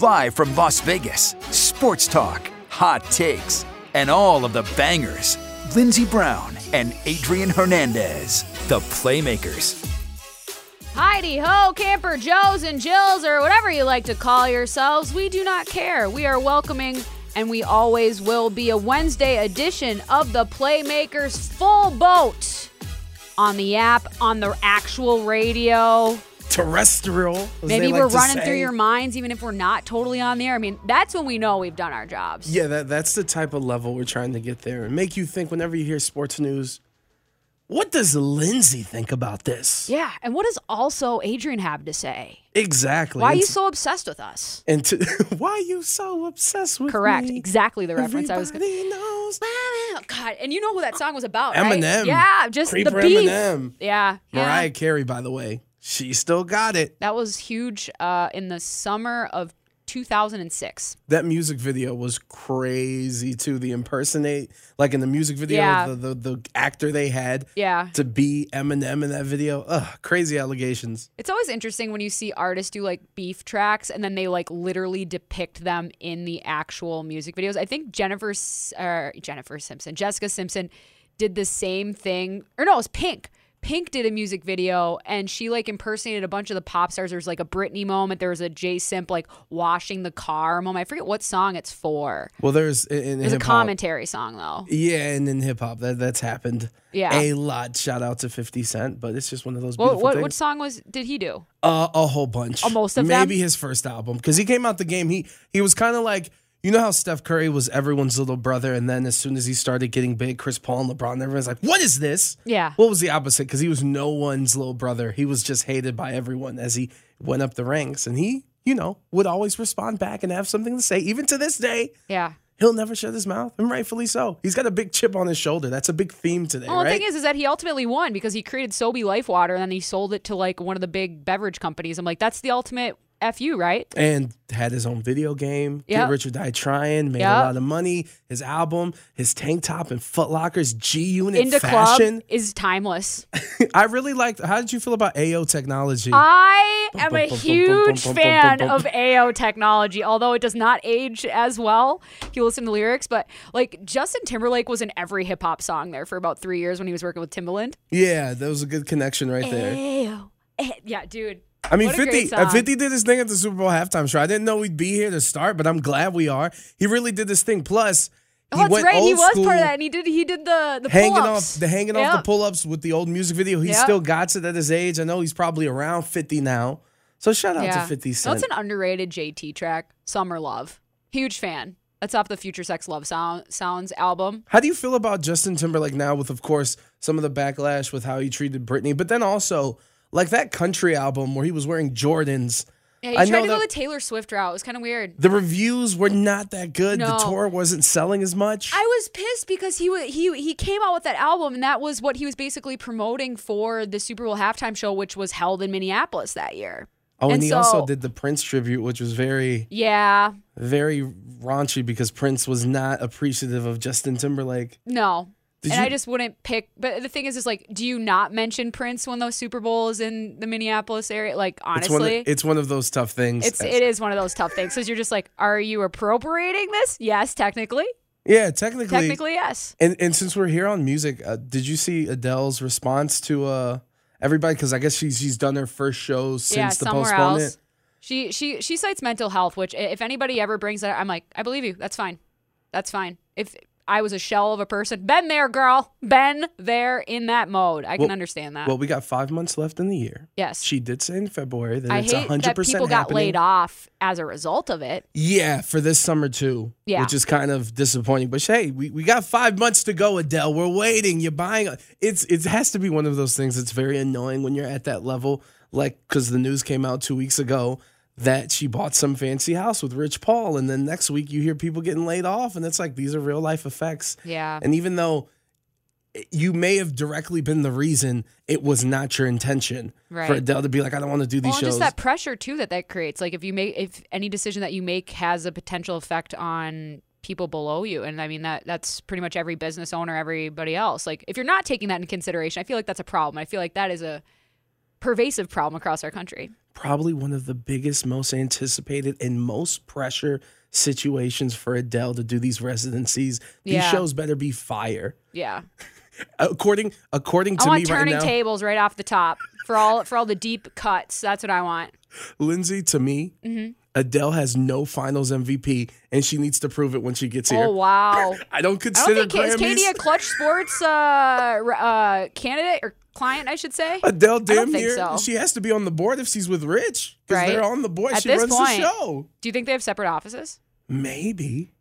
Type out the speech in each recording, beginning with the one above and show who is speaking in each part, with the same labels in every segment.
Speaker 1: Live from Las Vegas, sports talk, hot takes, and all of the bangers. Lindsey Brown and Adrian Hernandez, the Playmakers.
Speaker 2: Heidi ho, camper Joes and Jills, or whatever you like to call yourselves, we do not care. We are welcoming, and we always will be a Wednesday edition of the Playmakers Full Boat on the app, on the actual radio.
Speaker 3: terrestrial. as they
Speaker 2: Maybe
Speaker 3: like
Speaker 2: we're
Speaker 3: to
Speaker 2: running
Speaker 3: say.
Speaker 2: through your minds, even if we're not totally on the air. I mean, that's when we know we've done our jobs.
Speaker 3: Yeah, that, that's the type of level we're trying to get there and make you think whenever you hear sports news, what does Lindsay think about this?
Speaker 2: Yeah, and what does also Adrian have to say?
Speaker 3: Exactly.
Speaker 2: Why are
Speaker 3: and
Speaker 2: you
Speaker 3: t-
Speaker 2: so obsessed with us?
Speaker 3: and t- why are you so obsessed with
Speaker 2: Correct.
Speaker 3: me?
Speaker 2: Exactly the reference I was going to.
Speaker 3: Everybody knows.
Speaker 2: God, and you know who that song was about, right?
Speaker 3: Eminem.
Speaker 2: Yeah, just the
Speaker 3: Creeper
Speaker 2: beef.
Speaker 3: Eminem.
Speaker 2: Yeah, yeah.
Speaker 3: Mariah Carey, by the way, she still got it.
Speaker 2: That was huge uh, in the summer of 2006.
Speaker 3: That music video was crazy too. The impersonate, like in the music video,
Speaker 2: Yeah.
Speaker 3: the, the the actor they had
Speaker 2: Yeah.
Speaker 3: to be Eminem in that video. Ugh, crazy allegations.
Speaker 2: It's always interesting when you see artists do like beef tracks and then they like literally depict them in the actual music videos. I think Jennifer S- uh, Jennifer Simpson, Jessica Simpson did the same thing. Or no, it was Pink. Pink did a music video and she like impersonated a bunch of the pop stars. There's like a Britney moment. There was a J Simp like washing the car moment. I forget what song it's for.
Speaker 3: Well, there's in, in
Speaker 2: There's a
Speaker 3: hip-hop-
Speaker 2: commentary song though.
Speaker 3: Yeah, and in hip hop, that that's happened.
Speaker 2: Yeah.
Speaker 3: a lot. Shout out to Fifty Cent, but it's just one of those
Speaker 2: What,
Speaker 3: beautiful
Speaker 2: what,
Speaker 3: things.
Speaker 2: what song was did he do?
Speaker 3: Uh, a whole bunch.
Speaker 2: Oh, most of them?
Speaker 3: Maybe his first album because he came out the game. He he was kind of like you know how Steph Curry was everyone's little brother, and then as soon as he started getting big, Chris Paul and LeBron, everyone's like, "What is this?"
Speaker 2: Yeah.
Speaker 3: What was the opposite? Because he was no one's little brother. He was just hated by everyone as he went up the ranks, and he you know would always respond back and have something to say. Even to this day,
Speaker 2: Yeah.
Speaker 3: he'll never shut his mouth, and rightfully so. He's got a big chip on his shoulder. That's a big theme today,
Speaker 2: Well,
Speaker 3: right?
Speaker 2: the thing is, is that he ultimately won because he created Sobe Life Water and then he sold it to like one of the big beverage companies. I'm like, that's the ultimate fu, right?
Speaker 3: and had his own video game. Get
Speaker 2: Yep.
Speaker 3: Rich or Die Trying made
Speaker 2: Yep.
Speaker 3: a lot of money. His album, his tank top and Foot Locker's G Unit
Speaker 2: Into
Speaker 3: fashion.
Speaker 2: Club is timeless.
Speaker 3: I really liked. How did you feel about AO technology?
Speaker 2: I am a
Speaker 3: bum, bum,
Speaker 2: huge
Speaker 3: bum, bum, bum,
Speaker 2: fan
Speaker 3: bum,
Speaker 2: of
Speaker 3: bum.
Speaker 2: AO technology, although it does not age as well. You listen to lyrics, but like Justin Timberlake was in every hip hop song there for about three years when he was working with Timbaland.
Speaker 3: yeah, that was a good connection right there.
Speaker 2: AO. Yeah, dude.
Speaker 3: I mean,
Speaker 2: what a great
Speaker 3: 50, uh,
Speaker 2: song.
Speaker 3: 50 did his thing at the Super Bowl halftime show. I didn't know we'd be here to start, but I'm glad we are. He really did this thing. Plus,
Speaker 2: Oh,
Speaker 3: he
Speaker 2: that's
Speaker 3: went
Speaker 2: right.
Speaker 3: old
Speaker 2: He was
Speaker 3: school,
Speaker 2: part of that, and he did. He did the the
Speaker 3: Hanging
Speaker 2: pull-ups.
Speaker 3: off the hanging off the
Speaker 2: Yep.
Speaker 3: pull ups with the old music video. He
Speaker 2: Yep.
Speaker 3: still got it at his age. I know he's probably around 50 now. So shout out to 50 Cent.
Speaker 2: That's an underrated JT track, Summer Love. Huge fan. That's off the Future Sex Love Sound, Sounds album.
Speaker 3: How do you feel about Justin Timberlake now with of course some of the backlash with how he treated Britney, but then also like that country album where he was wearing Jordans.
Speaker 2: Yeah, he
Speaker 3: I
Speaker 2: tried
Speaker 3: know
Speaker 2: to go the
Speaker 3: that-
Speaker 2: Taylor Swift route. It was kind of weird.
Speaker 3: The reviews were not that good. The
Speaker 2: No.
Speaker 3: tour wasn't selling as much.
Speaker 2: I was pissed because he wa- he he came out with that album, and that was what he was basically promoting for the Super Bowl halftime show, which was held in Minneapolis that year.
Speaker 3: oh, and,
Speaker 2: and
Speaker 3: he also
Speaker 2: so-
Speaker 3: did the Prince tribute, which was very,
Speaker 2: Yeah,
Speaker 3: very raunchy because Prince was not appreciative of Justin Timberlake.
Speaker 2: no.
Speaker 3: Did
Speaker 2: and
Speaker 3: you-
Speaker 2: I just wouldn't pick. But the thing is, is like, do you not mention Prince when the Super Bowl is in the Minneapolis area? Like, honestly,
Speaker 3: it's one of, it's one of those tough things.
Speaker 2: It's it is one of those tough things because you're just like, are you appropriating this? Yes, technically,
Speaker 3: yeah, technically.
Speaker 2: technically yes.
Speaker 3: And and since we're here on music, uh, did you see Adele's response to uh everybody? Because I guess she's she's done her first show since
Speaker 2: yeah,
Speaker 3: the
Speaker 2: somewhere
Speaker 3: postponement.
Speaker 2: else. She she she cites mental health, which i- if anybody ever brings that, I'm like, I believe you. That's fine. That's fine. If I was a shell of a person, been there, girl, been there in that mode. I can
Speaker 3: Well-
Speaker 2: understand that.
Speaker 3: Well, we got five months left in the year.
Speaker 2: Uh, Yes.
Speaker 3: She did say in February that
Speaker 2: I
Speaker 3: it's
Speaker 2: hate
Speaker 3: 100%
Speaker 2: that people got
Speaker 3: happening.
Speaker 2: laid off as a result of it.
Speaker 3: Yeah, for this summer too.
Speaker 2: Yeah.
Speaker 3: Which is kind of disappointing. But hey, we, we got five months to go, Adele. We're waiting. You're buying. It's It has to be one of those things that's very annoying when you're at that level. Like, because the news came out two weeks ago that she bought some fancy house with Rich Paul. And then next week you hear people getting laid off. And it's like, these are real life effects.
Speaker 2: Yeah.
Speaker 3: And even though eh, you may have directly been the reason, it was not your intention for
Speaker 2: Right.
Speaker 3: Adele to be like, I don't want to do these
Speaker 2: Well, and just
Speaker 3: shows.
Speaker 2: that pressure too that that creates. Like if you make if any decision that you make has a potential effect on people below you, and I mean that that's pretty much every business owner, everybody else. Like if you're not taking that into consideration, I feel like that's a problem. I feel like that is a pervasive problem across our country.
Speaker 3: probably one of the biggest, most anticipated, and most pressure situations for Adele to do these residencies. These
Speaker 2: Yeah.
Speaker 3: shows better be fire.
Speaker 2: Yeah,
Speaker 3: According according to
Speaker 2: I
Speaker 3: me
Speaker 2: want
Speaker 3: right
Speaker 2: Oh, turning
Speaker 3: now,
Speaker 2: tables right off the top for all for all the deep cuts. That's what I want.
Speaker 3: Lindsay, to me,
Speaker 2: Mm-hmm.
Speaker 3: Adele has no finals MVP and she needs to prove it when she gets here.
Speaker 2: Oh wow!
Speaker 3: I don't
Speaker 2: I don't
Speaker 3: consider
Speaker 2: think is Katie
Speaker 3: Grammys.
Speaker 2: a clutch sports uh, r- uh, candidate or client, I should say.
Speaker 3: Adele
Speaker 2: I
Speaker 3: damn
Speaker 2: don't think
Speaker 3: near
Speaker 2: so.
Speaker 3: she has to be on the board if she's with Rich. Because
Speaker 2: Right.
Speaker 3: they're on the board.
Speaker 2: At
Speaker 3: she
Speaker 2: this
Speaker 3: runs
Speaker 2: point-
Speaker 3: the show.
Speaker 2: Do you think they have separate offices?
Speaker 3: Maybe.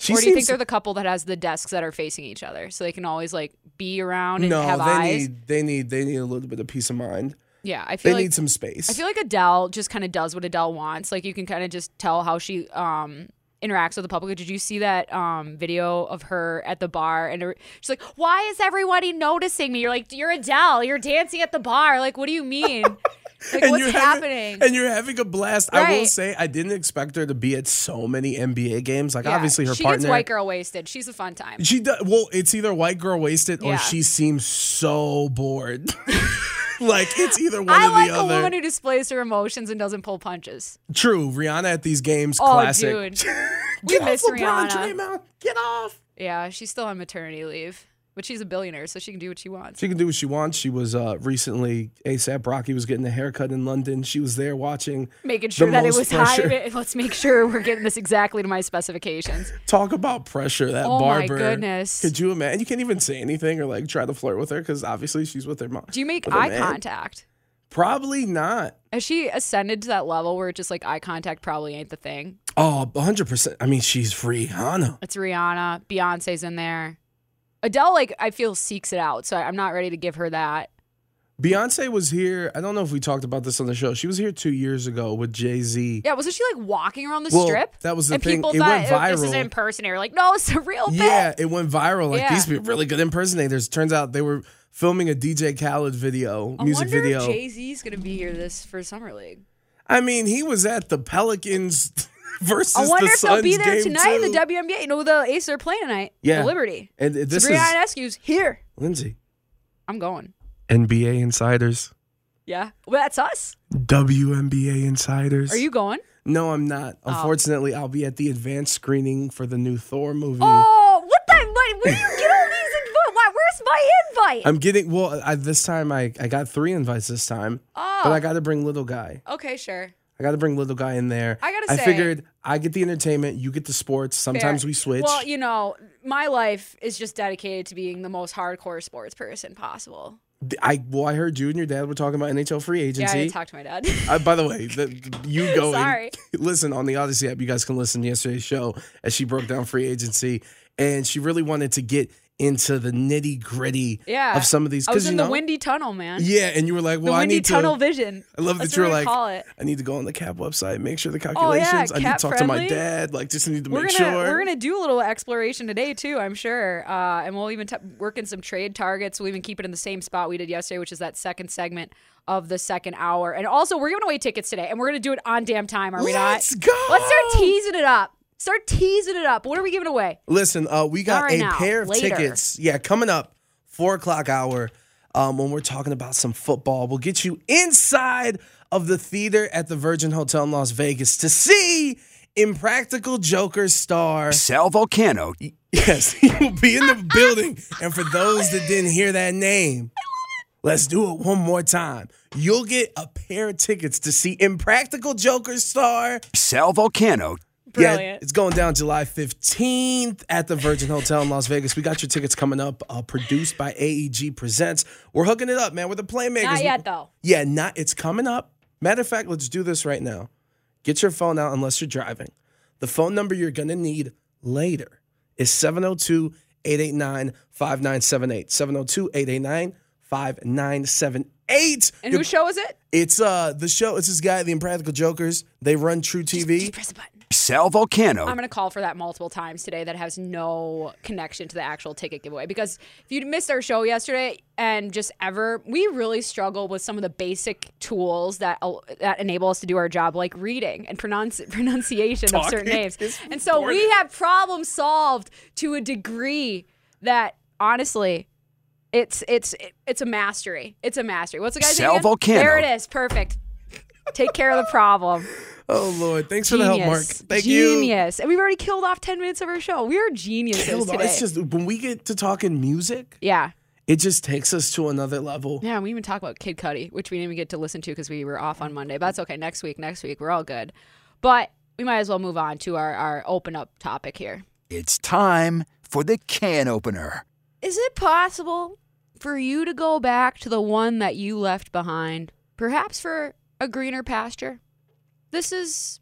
Speaker 3: She
Speaker 2: or do you think
Speaker 3: seems-
Speaker 2: they're the couple that has the desks that are facing each other, so they can always like be around and
Speaker 3: No,
Speaker 2: have
Speaker 3: they
Speaker 2: eyes?
Speaker 3: need they need they need a little bit of peace of mind.
Speaker 2: yeah, I
Speaker 3: They
Speaker 2: feel like
Speaker 3: need some space.
Speaker 2: I feel like Adele just kind of does what Adele wants. Like you can kind of just tell how she um interacts with the public. Did you see that um video of her at the bar and her- she's like, "Why is everybody noticing me?" You're like, "You're Adele. You're dancing at the bar. Like, what do you mean? Like, what's
Speaker 3: you're having-
Speaker 2: happening?"
Speaker 3: and you're having a blast. I will
Speaker 2: Right.
Speaker 3: say, I didn't expect her to be at so many NBA games. Like,
Speaker 2: Yeah,
Speaker 3: obviously, her
Speaker 2: she
Speaker 3: partner.
Speaker 2: gets white girl wasted. She's a fun time.
Speaker 3: She does. Well, it's either white girl wasted or
Speaker 2: Yeah.
Speaker 3: she seems so bored. like, it's either one
Speaker 2: I
Speaker 3: or
Speaker 2: like
Speaker 3: the
Speaker 2: a
Speaker 3: other.
Speaker 2: woman who displays her emotions and doesn't pull punches.
Speaker 3: True. Rihanna at these games,
Speaker 2: Oh,
Speaker 3: classic.
Speaker 2: dude.
Speaker 3: Get
Speaker 2: miss
Speaker 3: off LeBron
Speaker 2: Rihanna.
Speaker 3: James out. Get off.
Speaker 2: Yeah, she's still on maternity leave, but she's a billionaire, so she can do what she wants.
Speaker 3: She can do what she wants. She was uh, recently ASAP Rocky was getting a haircut in London. She was there watching.
Speaker 2: Making sure
Speaker 3: the
Speaker 2: that it
Speaker 3: most
Speaker 2: was
Speaker 3: pressure.
Speaker 2: high. Let's make sure we're getting this exactly to my specifications.
Speaker 3: Talk about pressure. That
Speaker 2: Oh my
Speaker 3: barber.
Speaker 2: goodness.
Speaker 3: Could you imagine? You can't even say anything or like try to flirt with her because obviously she's with her mom.
Speaker 2: Do you make
Speaker 3: with her
Speaker 2: eye
Speaker 3: man.
Speaker 2: contact?
Speaker 3: Probably not.
Speaker 2: Has she ascended to that level where just like eye contact probably ain't the thing?
Speaker 3: Oh, 100%. I mean, she's Rihanna.
Speaker 2: It's Rihanna, Beyonce's in there. Adele, like I feel, seeks it out, so I- I'm not ready to give her that.
Speaker 3: Beyonce was here. I don't know if we talked about this on the show. She was here two years ago with Jay Z.
Speaker 2: Yeah, wasn't she like walking around the
Speaker 3: Well,
Speaker 2: strip?
Speaker 3: that was the
Speaker 2: and
Speaker 3: thing.
Speaker 2: people
Speaker 3: It
Speaker 2: thought
Speaker 3: went
Speaker 2: "Oh, this is
Speaker 3: viral."
Speaker 2: an impersonator. Like, no, it's a real bit.
Speaker 3: Yeah, it went viral. Like
Speaker 2: Yeah.
Speaker 3: these people, really good impersonators. Turns out they were filming a DJ Khaled video,
Speaker 2: I
Speaker 3: music
Speaker 2: wonder
Speaker 3: video.
Speaker 2: if Jay Z's gonna be here this for summer league.
Speaker 3: I mean, he was at the Pelicans versus
Speaker 2: I wonder
Speaker 3: the
Speaker 2: if they'll
Speaker 3: Suns
Speaker 2: be there
Speaker 3: game,
Speaker 2: tonight in
Speaker 3: too.
Speaker 2: the WNBA. You know, the Aces are playing tonight.
Speaker 3: Yeah.
Speaker 2: The Liberty.
Speaker 3: And this
Speaker 2: Sabrina
Speaker 3: is
Speaker 2: Ionescu's here.
Speaker 3: Lindsay,
Speaker 2: I'm going.
Speaker 3: NBA insiders,
Speaker 2: Yeah. Well, that's us.
Speaker 3: WNBA insiders.
Speaker 2: Are you Oh. going?
Speaker 3: No, I'm not. Unfortunately, I'll be at the advanced screening for the new Thor movie.
Speaker 2: Oh, what the? What, where do you get all these invites? Why, where's my invite?
Speaker 3: I'm getting well. I, this time I, I got three invites this time,
Speaker 2: oh.
Speaker 3: but I got to bring little guy.
Speaker 2: okay, sure.
Speaker 3: I got to bring little guy in there.
Speaker 2: I gotta
Speaker 3: I
Speaker 2: say-
Speaker 3: figured I get the entertainment, you get the sports.
Speaker 2: Fair.
Speaker 3: Sometimes we switch.
Speaker 2: Well, you know, my life is just dedicated to being the most hardcore sports person possible.
Speaker 3: I well, I heard you and your dad were talking about NHL free
Speaker 2: Yeah, I
Speaker 3: agency.
Speaker 2: didn't talk to my dad.
Speaker 3: Uh, by the way, the, you going?
Speaker 2: Sorry.
Speaker 3: Listen on the Odyssey app. You guys can listen to yesterday's show as she broke down free agency, and she really wanted to get into the nitty gritty
Speaker 2: Yeah.
Speaker 3: of some of these.
Speaker 2: I was
Speaker 3: because
Speaker 2: in
Speaker 3: you know,
Speaker 2: the windy tunnel, man.
Speaker 3: Yeah, and you were like, "Well,
Speaker 2: the
Speaker 3: I
Speaker 2: windy
Speaker 3: need
Speaker 2: tunnel
Speaker 3: to."
Speaker 2: vision.
Speaker 3: I love
Speaker 2: That's
Speaker 3: that you're
Speaker 2: what we
Speaker 3: like,
Speaker 2: call it.
Speaker 3: I need to go on the cab website, make sure the calculations. I need to
Speaker 2: cat
Speaker 3: talk to my
Speaker 2: friendly.
Speaker 3: dad. Like, just need to
Speaker 2: Oh, we're
Speaker 3: make
Speaker 2: gonna
Speaker 3: sure.
Speaker 2: we're gonna do a little exploration today too i'm sure uh, and we'll even t- work in some trade targets we'll even keep it in the same spot we did yesterday which is that second segment of the second hour and also we're giving away tickets today and we're gonna do it on damn time are we
Speaker 3: Let's
Speaker 2: not
Speaker 3: go!
Speaker 2: let's start teasing it up start teasing it up what are we giving away
Speaker 3: Listen, uh, we got
Speaker 2: right
Speaker 3: a
Speaker 2: now,
Speaker 3: pair of
Speaker 2: later.
Speaker 3: tickets. Yeah, coming up, four o'clock hour. Um, when we're talking about some football, we'll get you inside of the theater at the Virgin Hotel in Las Vegas to see Impractical Joker star.
Speaker 1: Sal Volcano
Speaker 3: Yes, he will be in the building. And for those that didn't hear that name, Let's do it one more time. You'll get a pair of tickets to see Impractical Joker star.
Speaker 1: Sal Volcano.
Speaker 3: Yeah,
Speaker 2: Brilliant.
Speaker 3: it's going down July 15th at the Virgin Hotel in Las Vegas. We got your tickets coming up, uh, produced by AEG Presents. We're hooking it up, man. We're the Playmakers.
Speaker 2: Not yet, though.
Speaker 3: Yeah, not it's coming up. Matter of fact, let's do this right now. Get your phone out unless you're driving. The phone number you're going to need later is 702 889 5978. 702 889 5978.
Speaker 2: And whose show is it?
Speaker 3: It's uh the show. It's this guy, the Impractical Jokers. They run True TV.
Speaker 2: Just press the button.
Speaker 1: Sal Volcano.
Speaker 2: I'm gonna call for that multiple times today. That has no connection to the actual ticket giveaway because if you missed our show yesterday and just ever, we really struggle with some of the basic tools that that enable us to do our job, like reading and pronounci- pronunciation of certain names. And so we have problem solved to a degree that honestly. It's it's it's a mastery. It's a mastery. What's the guy's
Speaker 1: Sal
Speaker 2: name? again?
Speaker 1: Volcano.
Speaker 2: There it is. Perfect. Take care of the problem.
Speaker 3: Oh Lord, thanks for the help, Mark. Thank you.
Speaker 2: genius. And we've already killed off 10 minutes of our show. We are geniuses
Speaker 3: Killed all-
Speaker 2: today.
Speaker 3: It's just when we get to talking music,
Speaker 2: yeah.
Speaker 3: it just takes us to another level.
Speaker 2: Yeah, we even talk about Kid Cudi, which we didn't even get to listen to because we were off on Monday. But that's okay. Next week, next week, we're all good. But we might as well move on to our, our open up topic here.
Speaker 1: It's time for the can opener.
Speaker 2: Is it possible for you to go back to the one that you left behind, perhaps for a greener pasture? This is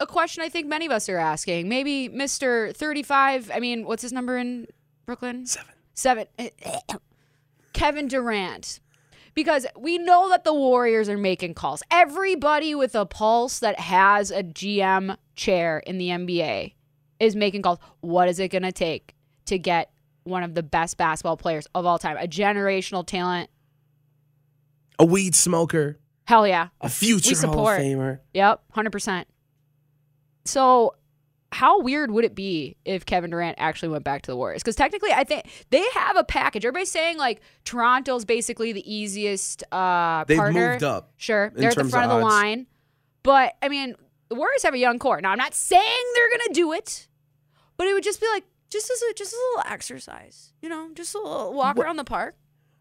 Speaker 2: a question I think many of us are asking. Maybe Mr. 35, I mean, what's his number in Brooklyn? Seven. Seven. Kevin Durant. Because we know that the Warriors are making calls. Everybody with a pulse that has a GM chair in the NBA is making calls. What is it going to take to get one of the best basketball players of all time, a generational talent?
Speaker 3: A weed smoker,
Speaker 2: Hell yeah.
Speaker 3: a future
Speaker 2: We
Speaker 3: Hall of
Speaker 2: support.
Speaker 3: Famer.
Speaker 2: Yep, 100%. So, how weird would it be if Kevin Durant actually went back to the Warriors? Because technically, I think they have a package. Everybody's saying like Toronto's basically the easiest uh,
Speaker 3: They've
Speaker 2: partner.
Speaker 3: moved up
Speaker 2: Sure,
Speaker 3: in
Speaker 2: they're at the
Speaker 3: terms of
Speaker 2: front of, the
Speaker 3: odds.
Speaker 2: line. But I mean, the Warriors have a young core. Now, I'm not saying they're gonna do it, but it would just be like just as a just as a little exercise, you know, just a little walk around the park.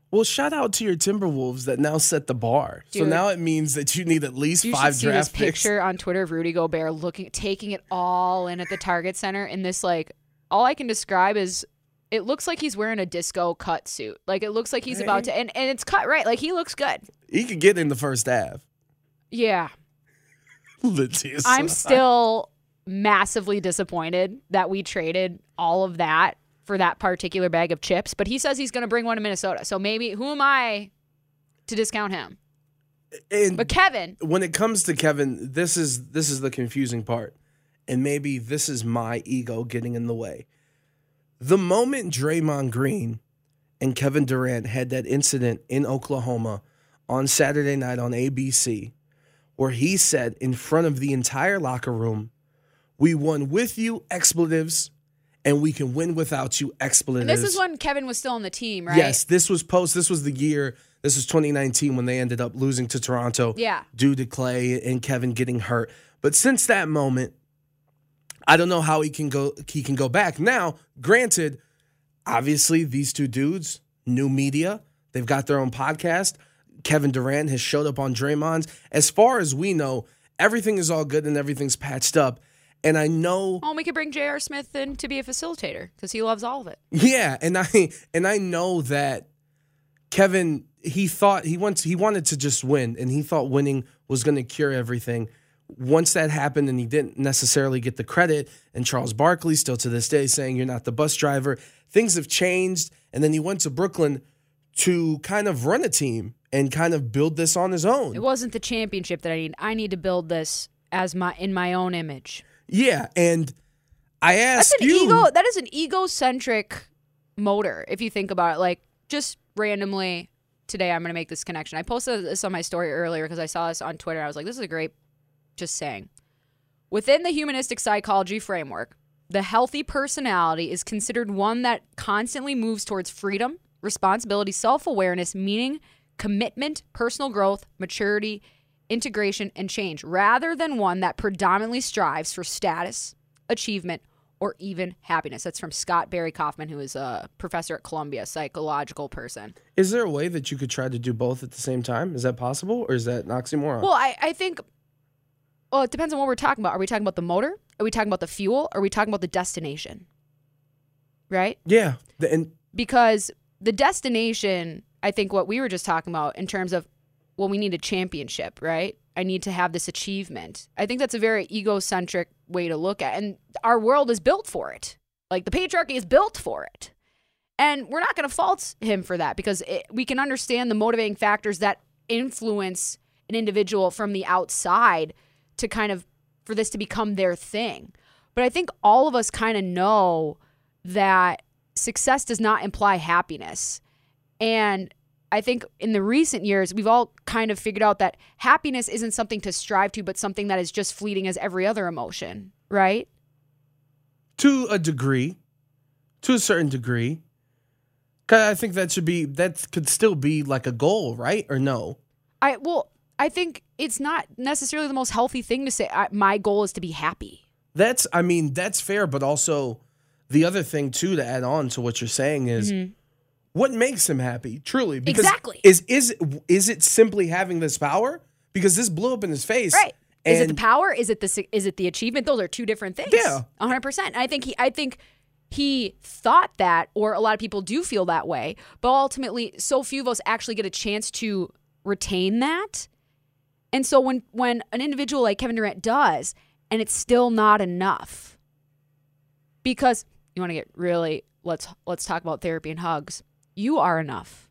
Speaker 3: Well, shout out to your Timberwolves that now set the bar. So
Speaker 2: Dude.
Speaker 3: now it means that you need at least
Speaker 2: You
Speaker 3: five
Speaker 2: should see
Speaker 3: draft
Speaker 2: this
Speaker 3: picks.
Speaker 2: picture on Twitter of Rudy Gobert looking, taking it all in at the Target Center in this like. All I can describe is it looks like he's wearing a disco cut suit. Like it looks like he's about to, and, and it's cut right. Like he looks good.
Speaker 3: He could get in the first half.
Speaker 2: Yeah,
Speaker 3: Letitia.
Speaker 2: I'm still massively disappointed that we traded all of that for that particular bag of chips. But he says he's going to bring one to Minnesota, so maybe who am I to discount him?
Speaker 3: And
Speaker 2: But Kevin,
Speaker 3: when it comes to Kevin, this is this is the confusing part. And maybe this is my ego getting in the way. The moment Draymond Green and Kevin Durant had that incident in Oklahoma on Saturday night on ABC, where he said in front of the entire locker room, We won with you, expletives, and we can win without you,
Speaker 2: and
Speaker 3: expletives.
Speaker 2: this is when Kevin was still on the team, right?
Speaker 3: Yes, this was post. This was the year. This was 2019 when they ended up losing to Toronto.
Speaker 2: Yeah.
Speaker 3: Due to Clay and Kevin getting hurt. But since that moment, I don't know how he can go. He can go back now. Granted, obviously these two dudes, new media, they've got their own podcast. Kevin Durant has showed up on Draymond's. As far as we know, everything is all good and everything's patched up. And I know
Speaker 2: Oh, we could bring J.R. Smith in to be a facilitator because he loves all of it.
Speaker 3: Yeah, and I and I know that Kevin he thought he wants he wanted to just win and he thought winning was going to cure everything. Once that happened and he didn't necessarily get the credit and Charles Barkley still to this day saying you're not the bus driver, things have changed and then he went to Brooklyn to kind of run a team and kind of build this on his own.
Speaker 2: It wasn't the championship that I need. I need to build this as my in my own image.
Speaker 3: yeah, and I asked
Speaker 2: That's an
Speaker 3: you
Speaker 2: ego. That is an egocentric motor. If you think about it, like just randomly today, I'm going to make this connection. I posted this on my story earlier because I saw this on Twitter. I was like, this is a great just saying. Within the humanistic psychology framework, the healthy personality is considered one that constantly moves towards freedom, responsibility, self awareness, meaning, commitment, personal growth, maturity, integration, and change, rather than one that predominantly strives for status, achievement, or even happiness. That's from Scott Barry Kaufman, who is a professor at Columbia, psychological person.
Speaker 3: Is there a way that you could try to do both at the same time? Is that possible, or is that an oxymoron?
Speaker 2: Well, I, I think, well, it depends on what we're talking about. Are we talking about the motor? Are we talking about the fuel? Are we talking about the destination? Right?
Speaker 3: yeah, the, and
Speaker 2: Because the destination, I think what we were just talking about in terms of, well, we need a championship, right? I need to have this achievement. I think that's a very egocentric way to look at it. And our world is built for it. Like the patriarchy is built for it. And we're not going to fault him for that because it, we can understand the motivating factors that influence an individual from the outside to kind of for this to become their thing. But I think all of us kind of know that success does not imply happiness. And I think in the recent years, we've all kind of figured out that happiness isn't something to strive to, but something that is just fleeting as every other emotion, right?
Speaker 3: to a degree, to a certain degree, 'Cause I think that should be that could still be like a goal, right? Or no?
Speaker 2: I well, I think it's not necessarily the most healthy thing to say. I, my goal is to be happy.
Speaker 3: That's I mean that's fair, but also the other thing too to add on to what you're saying is what makes him happy truly because
Speaker 2: Mm-hmm. Exactly.
Speaker 3: is is is it simply having this power because this blew up in his face
Speaker 2: Right. Is it the
Speaker 3: and-
Speaker 2: power? Is it the si- is it the achievement? Those are two different things.
Speaker 3: Yeah.
Speaker 2: 100%. I think he I think he thought that or a lot of people do feel that way, but ultimately so few of us actually get a chance to retain that. And so when when an individual like Kevin Durant does and it's still not enough because you want to get really let's let's talk about therapy and hugs. You are enough.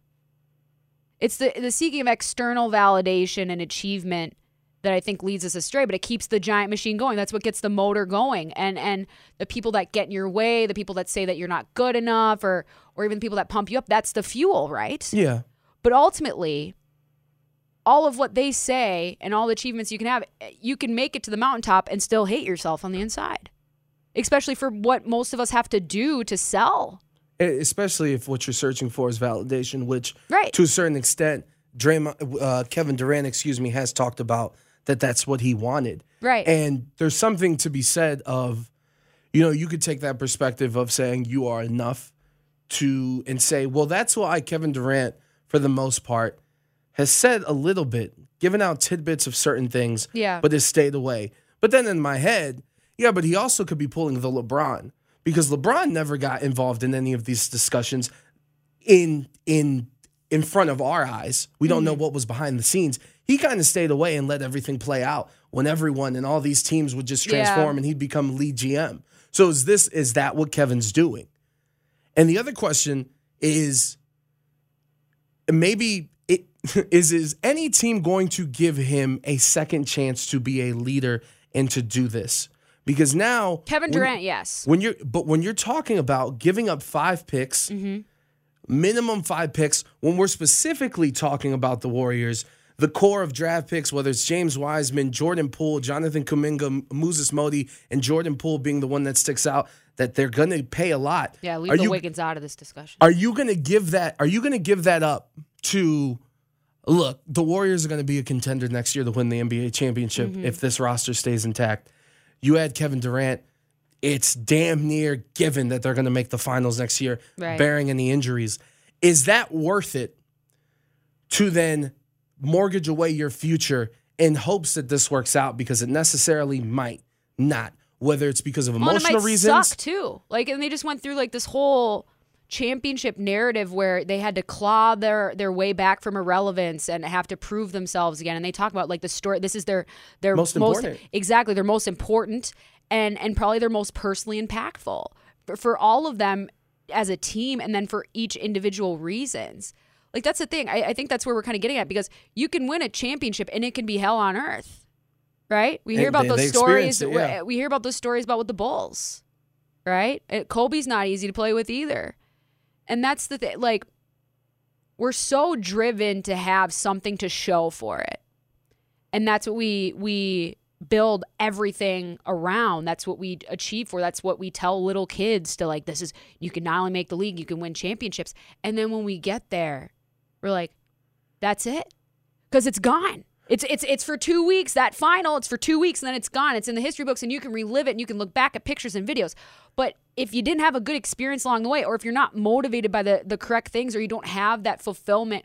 Speaker 2: It's the the seeking of external validation and achievement that I think leads us astray, but it keeps the giant machine going. That's what gets the motor going. And and the people that get in your way, the people that say that you're not good enough or or even the people that pump you up, that's the fuel, right?
Speaker 3: yeah
Speaker 2: But ultimately, all of what they say and all the achievements you can have, eh, you can make it to the mountaintop and still hate yourself on the inside. Especially for what most of us have to do to sell.
Speaker 3: E- especially if what you're searching for is validation, which
Speaker 2: Right.
Speaker 3: to a certain extent, Draymond, uh, Kevin Durant, excuse me, has talked about that. That's what he wanted,
Speaker 2: Right.
Speaker 3: and there's something to be said of, you know, you could take that perspective of saying you are enough to, and say, well, that's why Kevin Durant, for the most part, has said a little bit, given out tidbits of certain things,
Speaker 2: Yeah.
Speaker 3: but has stayed away. But then in my head, yeah, but he also could be pulling the LeBron because LeBron never got involved in any of these discussions in in in front of our eyes. We don't know
Speaker 2: Mm.
Speaker 3: what was behind the scenes. He kind of stayed away and let everything play out when everyone and all these teams would just
Speaker 2: Yeah.
Speaker 3: transform and he'd become lead GM. So is this is that what Kevin's doing? And the other question is maybe it is is any team going to give him a second chance to be a leader and to do this? Because now
Speaker 2: Kevin
Speaker 3: when-
Speaker 2: Durant, yes.
Speaker 3: when you're but when you're talking about giving up five picks,
Speaker 2: Mm-hmm.
Speaker 3: minimum five picks, when we're specifically talking about the Warriors, the core of draft picks, whether it's James Wiseman, Jordan Poole, Jonathan Kuminga, Moses Modi, and Jordan Poole being the one that sticks out, that they're gonna pay a lot.
Speaker 2: Yeah, leave
Speaker 3: are
Speaker 2: the
Speaker 3: you,
Speaker 2: Wiggins out of this discussion.
Speaker 3: Are you gonna give that are you gonna give that up to look, the Warriors are gonna be a contender next year to win the NBA championship
Speaker 2: Mm-hmm.
Speaker 3: if this roster stays intact. You add Kevin Durant, it's damn near given that they're going to make the finals next year,
Speaker 2: Right.
Speaker 3: bearing any injuries. Is that worth it to then mortgage away your future in hopes that this works out? Because it necessarily might not, whether it's because of
Speaker 2: Well, and
Speaker 3: emotional
Speaker 2: it might
Speaker 3: reasons.
Speaker 2: suck too. Like, and they just went through like this whole championship narrative where they had to claw their their way back from irrelevance and have to prove themselves again. And they talk about like the story. This is their their
Speaker 3: Most important.
Speaker 2: exactly their most important and and probably their most personally impactful for, for all of them as a team, and then for each individual reasons. Like that's the thing. I, I think that's where we're kind of getting at because you can win a championship and it can be hell on earth right? We hear
Speaker 3: And
Speaker 2: about
Speaker 3: they-
Speaker 2: those
Speaker 3: they
Speaker 2: stories.
Speaker 3: experienced it, yeah.
Speaker 2: We hear about those stories about with the Bulls, right? It, Kobe's not easy to play with either, and that's the thing. Like, we're so driven to have something to show for it, and that's what we we build everything around. That's what we achieve for. That's what we tell little kids to like. This is you can not only make the league, you can win championships. And then when we get there, we're like, that's it, because it's gone. It's it's it's for two weeks. That final, it's for two weeks, and then it's gone. It's in the history books, and you can relive it, and you can look back at pictures and videos. But if you didn't have a good experience along the way, or if you're not motivated by the the correct things, or you don't have that fulfillment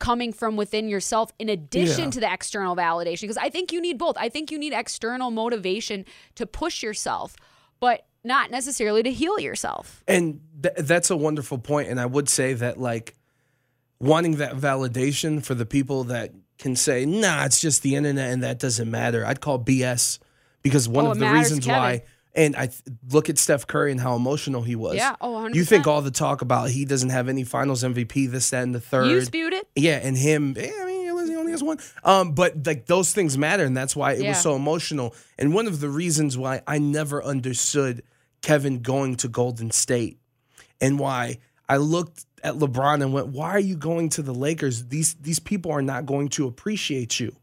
Speaker 2: coming from within yourself in addition
Speaker 3: Yeah.
Speaker 2: to the external validation, because I think you need both. I think you need external motivation to push yourself, but not necessarily to heal yourself.
Speaker 3: And th- that's a wonderful point. And I would say that, like, wanting that validation for the people that can say, nah, it's just the internet and that doesn't matter, I'd call BS because one
Speaker 2: Oh,
Speaker 3: of
Speaker 2: it
Speaker 3: the
Speaker 2: matters,
Speaker 3: reasons
Speaker 2: Kevin.
Speaker 3: why. And I th- look at Steph Curry and how emotional he was.
Speaker 2: Yeah, oh, 100%.
Speaker 3: You think all the talk about he doesn't have any Finals MVP, this, that, and the third.
Speaker 2: You spewed it.
Speaker 3: Yeah, and him. eh, I mean, he only has one. Um, but like those things matter, and that's why it
Speaker 2: Yeah.
Speaker 3: was so emotional. And one of the reasons why I never understood Kevin going to Golden State, and why I looked at LeBron and went, "Why are you going to the Lakers? These these people are not going to appreciate you."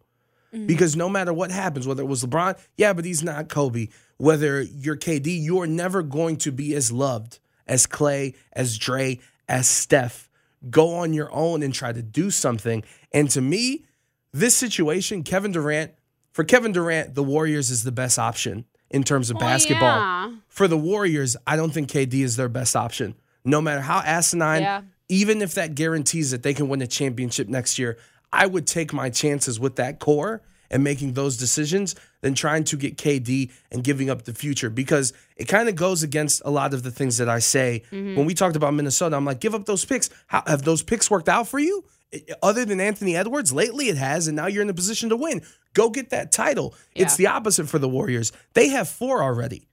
Speaker 3: Because no matter what happens, whether it was LeBron, yeah, but he's not Kobe. Whether you're KD, you're never going to be as loved as Clay, as Dre, as Steph. Go on your own and try to do something. And to me, this situation, Kevin Durant, for Kevin Durant, the Warriors is the best option in terms of
Speaker 2: Well,
Speaker 3: basketball.
Speaker 2: Oh, yeah.
Speaker 3: For the Warriors, I don't think KD is their best option. No matter how asinine,
Speaker 2: Yeah.
Speaker 3: even if that guarantees that they can win a championship next year, I would take my chances with that core and making those decisions than trying to get KD and giving up the future because it kind of goes against a lot of the things that I say. When we talked about Minnesota, I'm like, give up those picks. How, have those picks worked out for you? I- Other than Anthony Edwards, lately it has, and now you're in a position to win. Go get that title. It's the opposite for the Warriors. They have four already.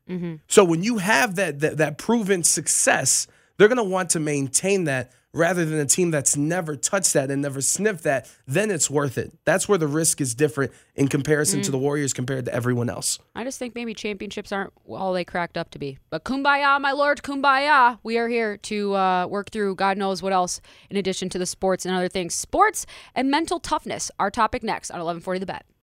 Speaker 3: So when you have that that, that proven success, they're going to want to maintain that rather than a team that's never touched that and never sniffed that. Then it's worth it. That's where the risk is different in comparison to the Warriors compared to everyone else.
Speaker 2: I just think maybe championships aren't all they cracked up to be. But kumbaya, my lord, kumbaya. We are here to uh, work through God knows what else in addition to the sports and other things. Sports and mental toughness. Our topic next on 1140 The Bet.